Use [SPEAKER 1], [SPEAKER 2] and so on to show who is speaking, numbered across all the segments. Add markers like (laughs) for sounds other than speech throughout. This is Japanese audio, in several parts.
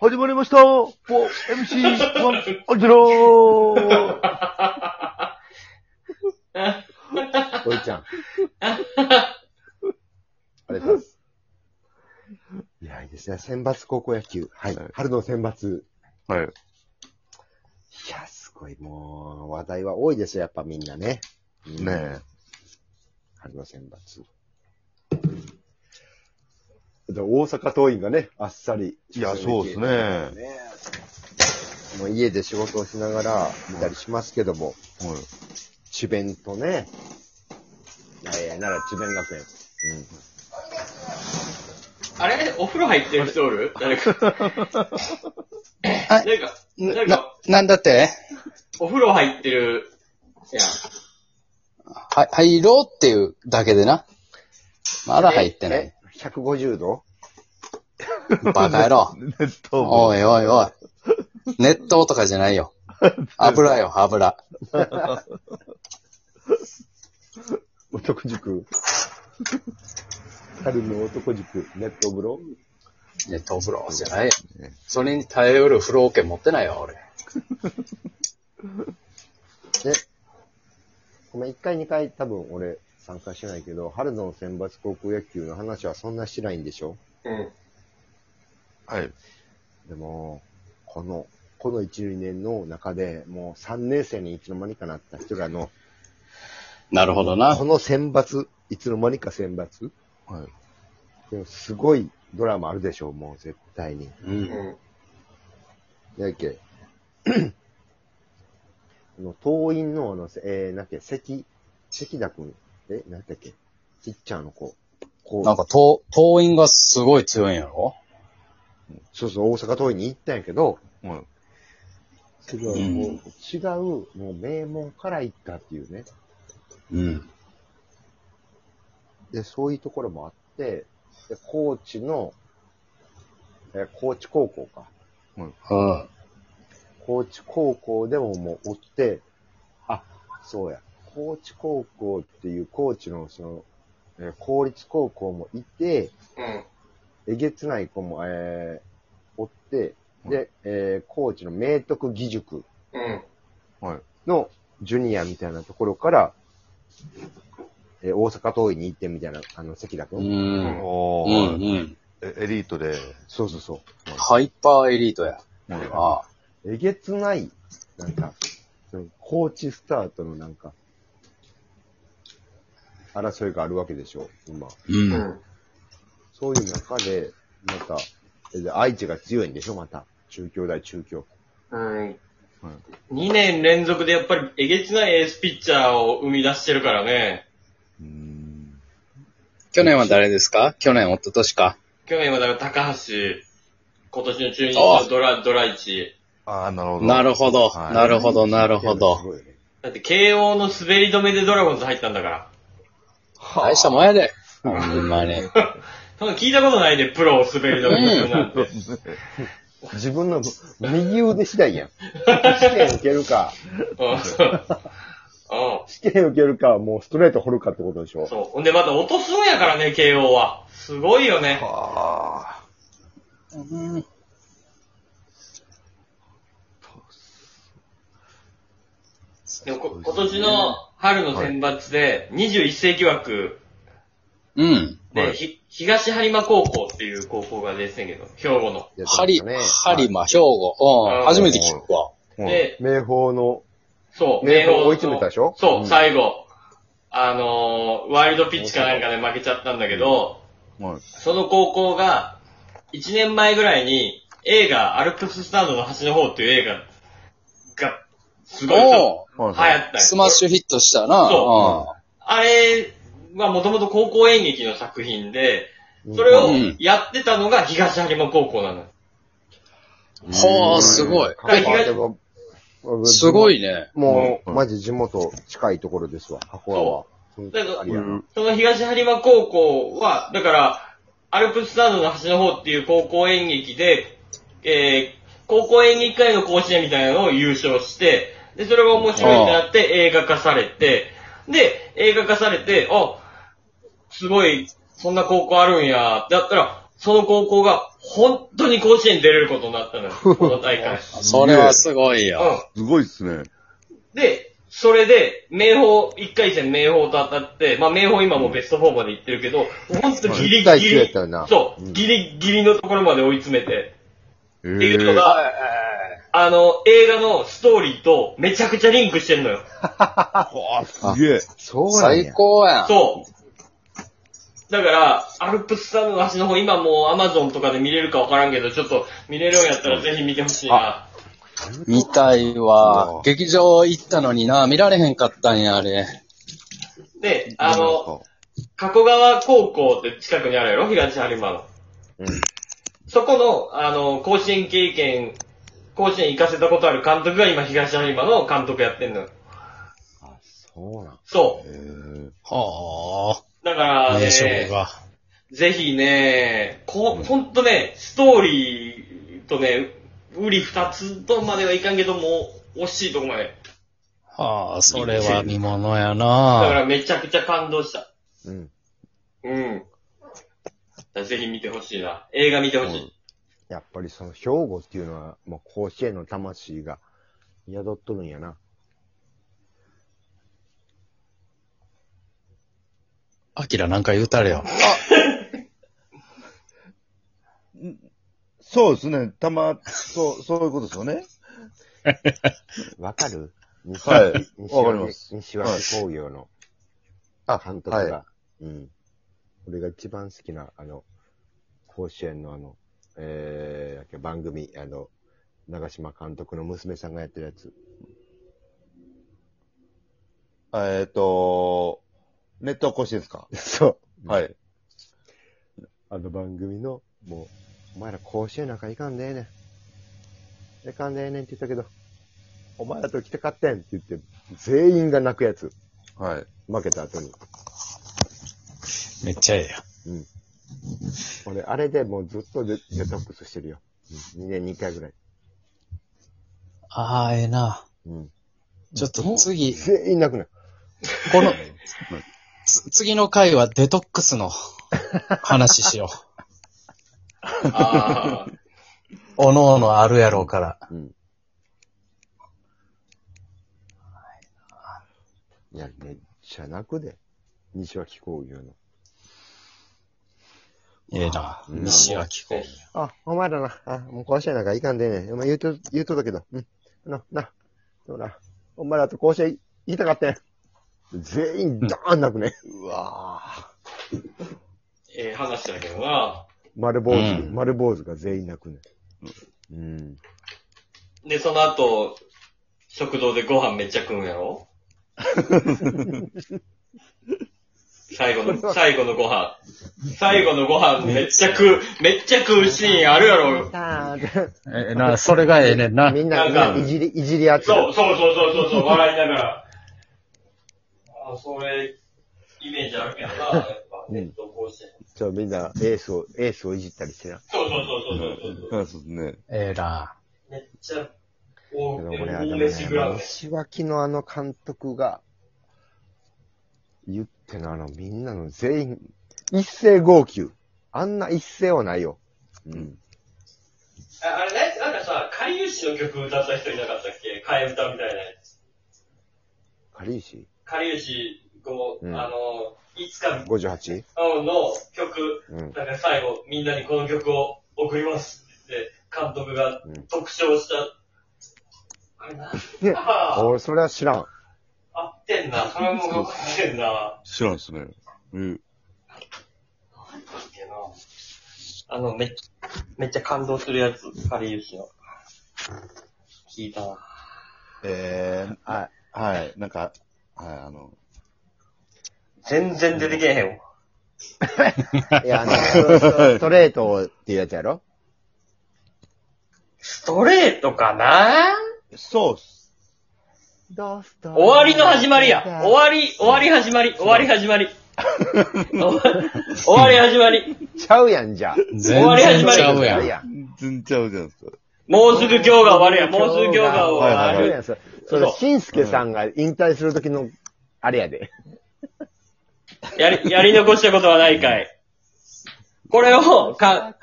[SPEAKER 1] 始まりました !MC1 アンジェロー
[SPEAKER 2] おいちゃん。ありがとうございます。いや、いいですね。選抜高校野球。はい。
[SPEAKER 1] はい
[SPEAKER 2] 春の選抜。
[SPEAKER 1] はい。
[SPEAKER 2] いや、すごい。もう、話題は多いですよ。やっぱみんなね。う
[SPEAKER 1] ね
[SPEAKER 2] ん
[SPEAKER 1] え。
[SPEAKER 2] 春の選抜。で大阪桐蔭がね、あっさり。
[SPEAKER 1] いやそうですね
[SPEAKER 2] ねえもう家で仕事をしながら見たりしますけども、
[SPEAKER 1] はい。
[SPEAKER 2] 智弁とね、えー、奈良智弁学園。うん。
[SPEAKER 3] あれお風呂入ってる人おる誰か。
[SPEAKER 4] あ
[SPEAKER 3] 誰か、
[SPEAKER 4] な
[SPEAKER 3] 誰か、、
[SPEAKER 4] なんだって
[SPEAKER 3] お風呂入ってる、やん。
[SPEAKER 4] は、入ろうっていうだけでな。まだ入ってない
[SPEAKER 2] え。。150度
[SPEAKER 4] バカ野郎。
[SPEAKER 1] ネットも。
[SPEAKER 4] おいおいおい。熱湯とかじゃない (laughs) よ。油よ、油。
[SPEAKER 2] 男塾。春の男塾、ネット風呂
[SPEAKER 4] 熱湯風呂じゃないよ。それに耐えうる風呂桶持ってないよ、俺。
[SPEAKER 2] で、ごめん、1回2回多分俺参加してないけど、春の選抜高校野球の話はそんなしてないんでしょ
[SPEAKER 3] うん。
[SPEAKER 1] はい。
[SPEAKER 2] でも、この、この1、2年の中でもう3年生にいつの間にかなった人らの、
[SPEAKER 4] なるほどな
[SPEAKER 2] こ。の選抜、いつの間にか選抜
[SPEAKER 1] はい。
[SPEAKER 2] でもすごいドラマあるでしょもう絶対に。
[SPEAKER 4] う。
[SPEAKER 3] うんん。
[SPEAKER 2] やっけ。 (coughs) あの、党員の、あの、えー、なんだっけ、関、関田くん、え、なんだっけ、ピッチャーの子。こう
[SPEAKER 4] なんか、党、党員がすごい強いんやろ
[SPEAKER 2] そうそう、大阪桐蔭に行ったんやけど、
[SPEAKER 1] はい。
[SPEAKER 2] それはもう、違う、もう名門から行ったっていうね。
[SPEAKER 4] うん。
[SPEAKER 2] で、そういうところもあって、で、高知の、え、高知高校か。
[SPEAKER 4] うん。
[SPEAKER 2] 高知高校でももう追って、あ、そうや、高知高校っていう高知のその、えー公立高校もいて、
[SPEAKER 3] うん。
[SPEAKER 2] えげつない子も、えー、追って、で、えー高知の明徳義塾
[SPEAKER 3] うん。
[SPEAKER 2] のジュニアみたいなところから、えー大阪桐蔭に行ってみたいな、あの、関田
[SPEAKER 4] う
[SPEAKER 2] 君、
[SPEAKER 4] ん。
[SPEAKER 1] お
[SPEAKER 4] う
[SPEAKER 1] ー、
[SPEAKER 4] ん。うん。
[SPEAKER 1] えエリートで。
[SPEAKER 2] そうそうそ
[SPEAKER 4] ハイパーエリートや。
[SPEAKER 1] はい
[SPEAKER 4] ああ。
[SPEAKER 2] う。えげつない、なんか、その高知スタートのなんか、争いがあるわけでしょ、今。
[SPEAKER 4] う。
[SPEAKER 3] うんん。
[SPEAKER 2] そういう中で、また、えで愛知が強いんでしょまた。中京大中京。
[SPEAKER 3] うん。2年連続でやっぱりえげつないエースピッチャーを生み出してるからね。
[SPEAKER 1] うーん。
[SPEAKER 4] 去年は誰ですか去年、一昨年か。
[SPEAKER 3] 去年はだから高橋、今年の中日のドラ、ドラ1。
[SPEAKER 1] ああ、なるほど。
[SPEAKER 4] なるほど。
[SPEAKER 1] はい
[SPEAKER 4] なるほど、なるほど
[SPEAKER 2] す。ごいよね。
[SPEAKER 3] だって慶応の滑り止めでドラゴンズ入ったんだから。
[SPEAKER 4] 大したもんやで。ほんまに。
[SPEAKER 3] そんな聞いたことないで、プロを滑り止めにするなんて。
[SPEAKER 2] 自分の右腕次第やん。試験受けるか、
[SPEAKER 3] うん。そう。うん。
[SPEAKER 2] 試験受けるか、もうストレート掘るかってことでしょ
[SPEAKER 3] そう。ほんで、また落とすんやからね、慶応は。すごいよね。
[SPEAKER 1] はあ。
[SPEAKER 3] でもこ今年の春の選抜で、21世紀枠
[SPEAKER 4] うん。
[SPEAKER 3] で、
[SPEAKER 1] はい
[SPEAKER 3] ひ東播磨高校っていう高校が出てたんやけど、兵庫の。
[SPEAKER 2] やってま
[SPEAKER 4] ハリ、
[SPEAKER 2] したね
[SPEAKER 4] ハリ
[SPEAKER 2] はい
[SPEAKER 4] マ、兵庫。う。
[SPEAKER 3] うんん
[SPEAKER 4] 初めて聞くわ。
[SPEAKER 1] はい
[SPEAKER 3] で、
[SPEAKER 2] 明宝の、
[SPEAKER 3] そう、
[SPEAKER 2] 明
[SPEAKER 3] 明
[SPEAKER 2] 豊
[SPEAKER 3] 豊
[SPEAKER 2] 追い詰めたでしょ
[SPEAKER 3] そう、
[SPEAKER 2] うん
[SPEAKER 3] 最後。あのーワイルドピッチかなんかで負けちゃったんだけど、
[SPEAKER 1] はい。
[SPEAKER 3] その高校が、1年前ぐらいに、映画、アルプススタンドの端の方っていう映画が、すごい流
[SPEAKER 4] お
[SPEAKER 1] は
[SPEAKER 3] 行
[SPEAKER 1] い。
[SPEAKER 3] った
[SPEAKER 1] はい。
[SPEAKER 3] ん
[SPEAKER 4] う
[SPEAKER 3] よ
[SPEAKER 4] スマッシュヒットしたな。
[SPEAKER 3] そあれはもともと高校演劇の作品で、それを
[SPEAKER 4] うん
[SPEAKER 3] やってたのが東播磨高校なの。
[SPEAKER 4] うん。ほう、すごい。
[SPEAKER 2] い
[SPEAKER 4] すご。いね。
[SPEAKER 2] もう、
[SPEAKER 1] うん
[SPEAKER 2] マジ地元近いところですわ、箱川は。うん
[SPEAKER 3] だから
[SPEAKER 2] ありやな
[SPEAKER 3] その東播磨高校は、だから、アルプススタンドの端の方っていう高校演劇で、えー、高校演劇界の甲子園みたいなのを優勝して、で、それが面白いってなって映画化されて、で、映画化されて、あ、すごい、そんな高校あるんや、だったら、その高校が本当に甲子園に出れることになったのよ。この大
[SPEAKER 4] (laughs)
[SPEAKER 3] 会。
[SPEAKER 4] それはすごいよ。
[SPEAKER 3] う
[SPEAKER 1] すごいっすね。
[SPEAKER 3] ん。で、それで、明宝、一回戦明宝と当たって、まあ明宝今もうベスト4まで行ってるけど、本当ギリ
[SPEAKER 2] 10対
[SPEAKER 3] ギ
[SPEAKER 2] 9やっ
[SPEAKER 3] リ
[SPEAKER 2] たよな、
[SPEAKER 3] そうう、
[SPEAKER 2] ん
[SPEAKER 3] ギリギリのところまで追い詰めて、
[SPEAKER 1] え
[SPEAKER 3] っていうの
[SPEAKER 1] ー、
[SPEAKER 3] が、あの、映画のストーリーとめちゃくちゃリンクしてんのよ。
[SPEAKER 1] すげえ。
[SPEAKER 2] そうなんや。
[SPEAKER 4] 最高やん。
[SPEAKER 3] そう。だから、アルプスタンドの橋の方、今もうアマゾンとかで見れるかわからんけど、ちょっと見れるんやったらぜひ見てほしいな。
[SPEAKER 4] 見たいう
[SPEAKER 1] わ
[SPEAKER 4] わ。劇場行ったのにな、見られへんかったんや、あれ。
[SPEAKER 3] で、あの、、加古川高校って近くにあるやろ東播磨の。
[SPEAKER 2] うん
[SPEAKER 3] そこの、あの、甲子園経験、甲子園行かせたことある監督が今東播磨の監督やってんのよ。
[SPEAKER 2] あ、そうなん
[SPEAKER 3] そ
[SPEAKER 1] えー、
[SPEAKER 4] は
[SPEAKER 3] う。だから、
[SPEAKER 4] あ。
[SPEAKER 3] ね
[SPEAKER 4] 名称が。
[SPEAKER 3] ぜひね、こ、ほんとね、ストーリーとね、売り二つとまではいかんけども、惜しいとこまで。
[SPEAKER 4] はあ、それは見物
[SPEAKER 3] だか
[SPEAKER 4] やな。
[SPEAKER 3] らめちゃくちゃ感動した。
[SPEAKER 2] うん。
[SPEAKER 3] うん。ぜひ見てほしいな。映画見てほしい。
[SPEAKER 2] やっぱりその兵庫っていうのは、もう甲子園の魂が宿っとるんやな。
[SPEAKER 4] アキラなんか言うたれよ。
[SPEAKER 1] そうですね。たま、そう、そういうことですよね。
[SPEAKER 2] わかる西
[SPEAKER 1] はい
[SPEAKER 2] 西
[SPEAKER 1] わかります
[SPEAKER 2] 西脇工業の監督が、
[SPEAKER 1] はいは
[SPEAKER 2] うん。俺が一番好きな、あの、甲子園のあの、えーやっけ、番組、あの、長島監督の娘さんがやってる
[SPEAKER 1] (laughs)
[SPEAKER 2] やつ。
[SPEAKER 1] えっ、と、ネット越しですか
[SPEAKER 2] そう。
[SPEAKER 1] はい。
[SPEAKER 2] あの番組の、もう、お前ら甲子園なんかいかんでええねん。いかんでええねんって言ったけど、お前らと来て勝ってんって言って、全員が泣くやつ。
[SPEAKER 1] はい。
[SPEAKER 2] 負けた後に。
[SPEAKER 4] めっちゃええやん。
[SPEAKER 2] うん。俺、あれでもうずっとデデトックスしてるよ。うん。2年に1回ぐらい。
[SPEAKER 4] ああ、ええな。
[SPEAKER 2] うん。
[SPEAKER 4] ちょっと次、
[SPEAKER 2] 全員泣くなる。
[SPEAKER 4] この、つ次の回はデトックスの話しよ
[SPEAKER 3] ああ。
[SPEAKER 4] (laughs) う。 (laughs) おのおのあるやろうから。
[SPEAKER 2] うん。いや、めっちゃ泣くで。西脇工業の。
[SPEAKER 4] ええな。
[SPEAKER 2] うん
[SPEAKER 4] 西脇工業。
[SPEAKER 2] あ、お前らな、あ、もう甲子園なんかいかんでええねん。お前言うと、言うとだけど、うん。な、な、そうな。お前らと甲子園行きたかったやん。全員ドーン泣くね。うわぁ。
[SPEAKER 3] ええ話だけどな。
[SPEAKER 2] 丸坊主、
[SPEAKER 4] うん
[SPEAKER 2] 丸坊主が全員泣くね。うん。
[SPEAKER 3] で、その後、食堂でご飯めっちゃ食うんや (laughs) ろ最後の、最後のご飯。最後のご飯めっちゃ食う、めっちゃ食うシーンあるやろ。
[SPEAKER 4] ええな、それがええねんな。
[SPEAKER 2] みんな、みん
[SPEAKER 3] なん
[SPEAKER 2] な
[SPEAKER 3] か
[SPEAKER 2] いじり、いじり合ってる。
[SPEAKER 3] そうそうそうそうそうそう、笑いながら。あ、それ、イメージあるけどな、やっぱ、
[SPEAKER 2] うん
[SPEAKER 3] ネット甲子園。
[SPEAKER 2] ちょ、みんな、エースを、エースをいじったりしてな。
[SPEAKER 3] そうそうそうそうそうそう。
[SPEAKER 1] そうですね。
[SPEAKER 4] ええな。
[SPEAKER 3] めっちゃ、大
[SPEAKER 2] けど俺はで
[SPEAKER 3] 大
[SPEAKER 2] も
[SPEAKER 3] 飯食らう
[SPEAKER 2] ね、
[SPEAKER 3] ね。
[SPEAKER 2] 西脇のあの監督が、言ってのあの、みんなの全員、一斉号泣。あんな一斉はないよ。うん。
[SPEAKER 3] ああれね、なんかさ、かりゆしの曲歌った人いなかったっけ替え歌みたいなやつ。
[SPEAKER 2] かりゆし
[SPEAKER 3] かりゆし、こう、
[SPEAKER 2] うん
[SPEAKER 3] あの、いつか
[SPEAKER 2] ?58?
[SPEAKER 3] の曲、
[SPEAKER 2] うん。
[SPEAKER 3] なんか最後、みんなにこの曲を送りますって、監督が
[SPEAKER 2] うん
[SPEAKER 3] 特徴した。あれな、
[SPEAKER 2] ね、
[SPEAKER 3] あー
[SPEAKER 2] 俺、それは知ら
[SPEAKER 4] (laughs)
[SPEAKER 2] ん。
[SPEAKER 3] 合って
[SPEAKER 2] (laughs)
[SPEAKER 3] んな。それも合ってんな。
[SPEAKER 1] 知らんですね。うん。
[SPEAKER 3] なんだっけなあの、めっ、めっちゃ感動するやつ、かりゆしの。聞いたな。
[SPEAKER 1] えー、はい、はい、なんか、はい、あの、
[SPEAKER 3] 全然出てけえへんわ。
[SPEAKER 2] いや、あの、ストレートっていうやつやろ
[SPEAKER 3] ストレートかな
[SPEAKER 1] そうっす。
[SPEAKER 2] 終
[SPEAKER 3] 終わりの始まりや。終わり、終わり始まり、終わり始
[SPEAKER 1] (laughs)
[SPEAKER 3] まり。終わり始まり。
[SPEAKER 2] ちゃうやんじゃあ。
[SPEAKER 4] 全然ちゃうやん。
[SPEAKER 2] やん。
[SPEAKER 1] 全然ちゃうじゃないですか。
[SPEAKER 3] もうすぐ今日が終わりや。もうすぐ今日が終わ
[SPEAKER 1] はいはい
[SPEAKER 3] る。
[SPEAKER 1] は
[SPEAKER 2] それ、しんすけさんが引退するときの、あれやで。
[SPEAKER 3] やり、やり残したことはないかい。これを、か、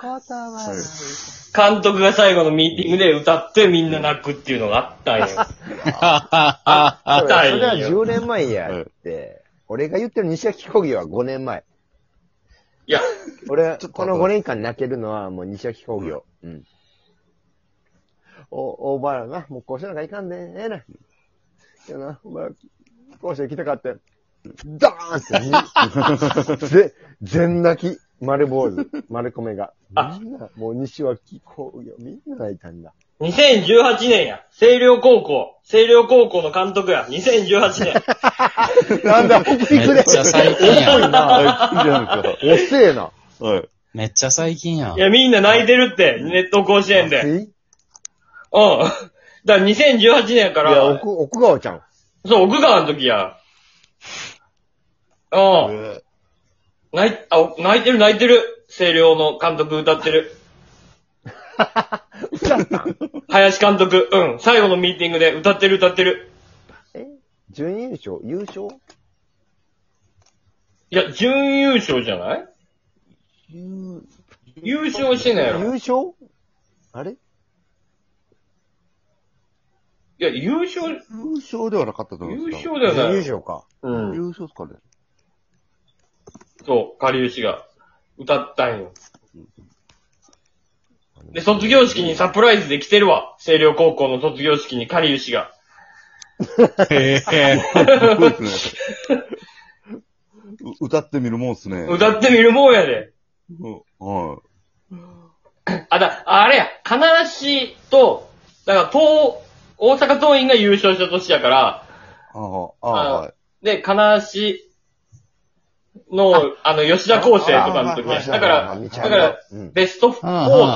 [SPEAKER 3] 監督が最後のミーティングで歌ってみんな泣くっていうのがあ
[SPEAKER 1] (laughs)
[SPEAKER 3] ったんよ。
[SPEAKER 2] そ
[SPEAKER 3] あった
[SPEAKER 2] れ
[SPEAKER 3] ん
[SPEAKER 2] それは
[SPEAKER 3] よ。
[SPEAKER 2] 10年前やって、俺が言ってる西脇工業は5年前。
[SPEAKER 3] いや、
[SPEAKER 2] 俺、
[SPEAKER 1] ちょっと
[SPEAKER 2] この5年間泣けるのはもう西脇工業。うん。お、おばらな、もう校舎なんかいかんでええねん。よな、おばら、校舎行きたかったよダーンって、ぜ、全泣き、丸坊主、丸米が。
[SPEAKER 3] あ
[SPEAKER 2] みんな、もう西脇工業、みんな泣いたんだ。
[SPEAKER 3] 2018年や。星稜高校。星稜高校の監督や。2018年。
[SPEAKER 2] なんだ、北陸
[SPEAKER 4] め
[SPEAKER 2] で
[SPEAKER 4] っ。ちゃ最近
[SPEAKER 1] はい、い
[SPEAKER 4] やん。
[SPEAKER 1] いじゃないで
[SPEAKER 2] 遅えな。
[SPEAKER 1] すか。はい。
[SPEAKER 4] めっちゃ最近やん
[SPEAKER 3] い。や、みんな泣いてるって。ネット甲子園で。うん。
[SPEAKER 2] い
[SPEAKER 3] (laughs) だから2018年やか
[SPEAKER 2] や、
[SPEAKER 3] ら、
[SPEAKER 2] 奥、奥川ちゃん。
[SPEAKER 3] そう、奥川の時や。うん。
[SPEAKER 1] え
[SPEAKER 3] 泣い、あ、お泣いてる泣いてる。星稜の監督歌っ
[SPEAKER 2] (laughs)
[SPEAKER 3] てる。
[SPEAKER 2] 歌ったん
[SPEAKER 3] 林監督、うん。最後のミーティングで歌ってる歌ってる。
[SPEAKER 2] え準優勝優勝
[SPEAKER 3] いや、準優勝じゃない優勝してないやろ。
[SPEAKER 2] 優勝あれ
[SPEAKER 3] いや、優勝、
[SPEAKER 1] 優勝ではなかったと思うん
[SPEAKER 3] 優
[SPEAKER 1] ですけど。
[SPEAKER 3] 勝だ
[SPEAKER 2] 準優
[SPEAKER 3] よ
[SPEAKER 2] 勝
[SPEAKER 3] ね。
[SPEAKER 2] か。
[SPEAKER 3] うん。
[SPEAKER 1] 優勝ですかね。
[SPEAKER 3] そう、かりゆしが歌ったんよ。で、卒業式にサプライズで来てるわ。星稜高校の卒業式にかりゆ
[SPEAKER 2] (laughs)
[SPEAKER 3] しが。
[SPEAKER 4] へえ。
[SPEAKER 1] そうです (laughs) ね。う歌ってみるもんっすね。
[SPEAKER 3] 歌ってみるもんやで。
[SPEAKER 1] うんは
[SPEAKER 3] あ、だ、あれや、金足と、だから、東、大阪桐蔭が優勝した年やから、
[SPEAKER 1] い。ああ、あ
[SPEAKER 3] あ
[SPEAKER 1] あ、はい。
[SPEAKER 3] で、金足の、あの、吉田康生とかの時
[SPEAKER 1] ああ
[SPEAKER 3] や。
[SPEAKER 1] はい
[SPEAKER 3] だか
[SPEAKER 2] あ
[SPEAKER 3] ら、
[SPEAKER 2] 見
[SPEAKER 3] だ
[SPEAKER 2] ちゃう
[SPEAKER 3] か
[SPEAKER 2] よ
[SPEAKER 3] ら、
[SPEAKER 2] うん
[SPEAKER 3] ベスト4と
[SPEAKER 4] ああ